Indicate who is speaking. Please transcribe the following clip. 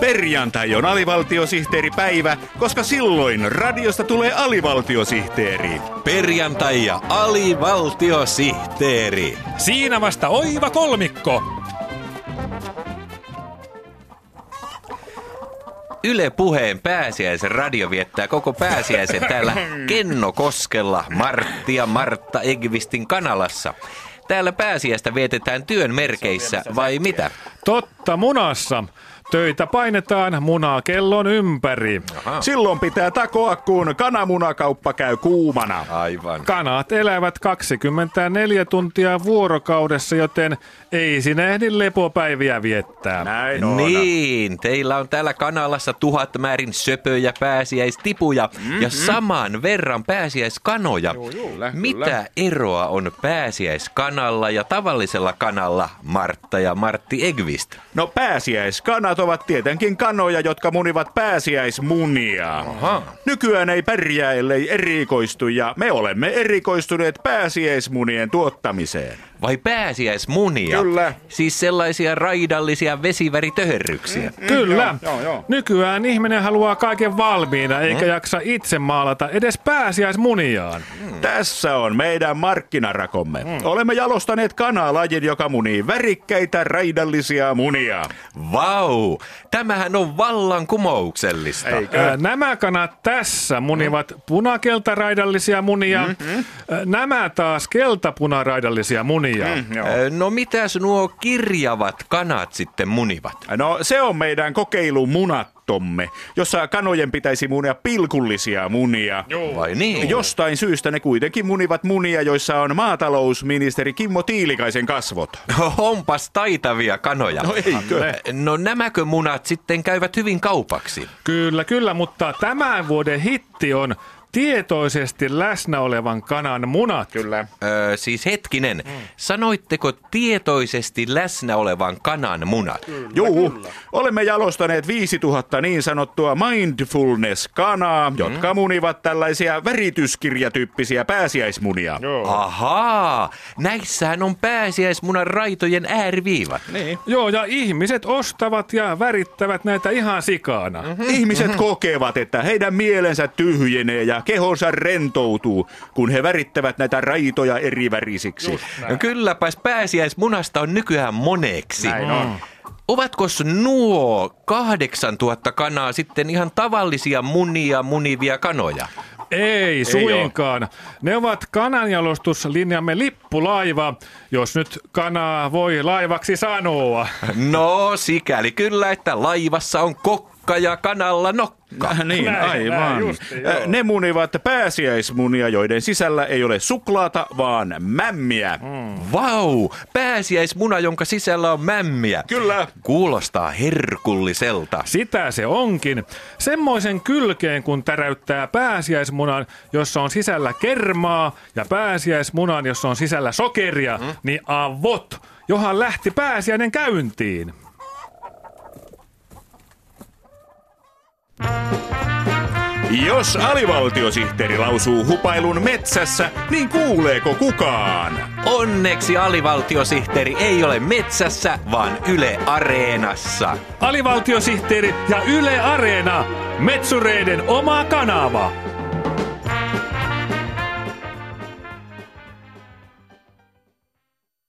Speaker 1: Perjantai on alivaltiosihteeripäivä, koska silloin radiosta tulee alivaltiosihteeri.
Speaker 2: Perjantai ja alivaltiosihteeri.
Speaker 3: Siinä vasta oiva kolmikko.
Speaker 2: Yle Puheen pääsiäisen radio viettää koko pääsiäisen täällä Kennokoskella Martti ja Martta Egvistin kanalassa. Täällä pääsiäistä vietetään työn merkeissä vai mitä?
Speaker 3: Totta munassa. Töitä painetaan munaa kellon ympäri.
Speaker 1: Silloin pitää takoa, kun kananmunakauppa käy kuumana.
Speaker 2: Aivan.
Speaker 3: Kanat elävät 24 tuntia vuorokaudessa, joten ei sinä ehdi lepopäiviä viettää.
Speaker 1: Näin on.
Speaker 2: Niin, teillä on täällä kanalassa tuhat määrin söpöjä pääsiäistipuja
Speaker 1: Mhm.
Speaker 2: ja saman verran pääsiäiskanoja. Mitä eroa on pääsiäiskanalla ja tavallisella kanalla Martta ja Martti Egvist?
Speaker 1: No pääsiäiskanat ovat tietenkin kanoja, jotka munivat pääsiäismunia. Aha. Nykyään ei pärjää, ellei erikoistu, ja me olemme erikoistuneet pääsiäismunien tuottamiseen.
Speaker 2: Vai pääsiäismunia?
Speaker 1: Kyllä.
Speaker 2: Siis sellaisia raidallisia vesiväritöherryksiä.
Speaker 1: Mm.
Speaker 3: Kyllä.
Speaker 1: joo, joo, Mm. joo.
Speaker 3: Nykyään ihminen haluaa kaiken valmiina, eikä jaksa itse maalata edes pääsiäismuniaan.
Speaker 1: Hmm. Tässä on meidän markkinarakomme. Hmm. Olemme jalostaneet kanalajin, joka munii värikkäitä raidallisia munia.
Speaker 2: Vau! Tämähän on vallankumouksellista.
Speaker 3: Ää, Nämä kanat tässä munivat
Speaker 1: Mm.
Speaker 3: punakeltaraidallisia munia.
Speaker 1: Mm-hmm.
Speaker 3: Ää, Nämä taas keltapunaraidallisia munia.
Speaker 1: Mm-hmm.
Speaker 2: Ö, No mitäs nuo kirjavat kanat sitten munivat?
Speaker 1: No se on meidän kokeilu munattomme, jossa kanojen pitäisi munia pilkullisia munia.
Speaker 2: Vai niin?
Speaker 1: Jostain syystä ne kuitenkin munivat munia, joissa on maatalousministeri Kimmo Tiilikaisen kasvot.
Speaker 2: Onpas taitavia kanoja. No
Speaker 1: eikö?
Speaker 2: No nämäkö munat sitten käyvät hyvin kaupaksi?
Speaker 3: Kyllä, kyllä, mutta tämän vuoden hitti on tietoisesti läsnä olevan kanan munat.
Speaker 1: Kyllä.
Speaker 2: Öö, siis hetkinen, sanoitteko tietoisesti läsnä olevan kanan munat?
Speaker 1: Juu, olemme jalostaneet 5000 niin sanottua mindfulness-kanaa, jotka munivat tällaisia värityskirjatyyppisiä pääsiäismunia.
Speaker 2: Ahaa, näissähän on pääsiäismunan raitojen ääriviivat.
Speaker 3: Joo, ja ihmiset ostavat ja värittävät näitä ihan sikana.
Speaker 1: Ihmiset
Speaker 3: Mhm.
Speaker 1: kokevat, että heidän mielensä tyhjenee ja kehonsa rentoutuu, kun he värittävät näitä raitoja eri värisiksi.
Speaker 2: No kylläpäs pääsiäismunasta on nykyään moneksi. Ovatko nuo 8000 kanaa sitten ihan tavallisia munia munivia kanoja?
Speaker 3: Ei suinkaan. ne ovat kananjalostuslinjamme lippulaiva, jos nyt kanaa voi laivaksi sanoa.
Speaker 2: No sikäli kyllä, että laivassa on kokka ja kanalla nokka.
Speaker 1: Niin,
Speaker 3: Näin, näin, justiin, joo.
Speaker 1: Äh, ne munivat pääsiäismunia, joiden sisällä ei ole suklaata, vaan mämmiä.
Speaker 3: Mm.
Speaker 2: Vau, pääsiäismuna, jonka sisällä on mämmiä.
Speaker 1: Kyllä.
Speaker 2: Kuulostaa herkulliselta.
Speaker 3: Sitä se onkin. Semmoisen kylkeen, kun täräyttää pääsiäismunan, jossa on sisällä kermaa, ja pääsiäismunan, jossa on sisällä sokeria, niin avot, johan lähti pääsiäinen käyntiin.
Speaker 1: Jos alivaltiosihteeri lausuu hupailun metsässä, niin kuuleeko kukaan?
Speaker 2: Onneksi alivaltiosihteeri ei ole metsässä, vaan Yle Areenassa.
Speaker 3: Alivaltiosihteeri ja Yle Areena, Metsureiden oma kanava.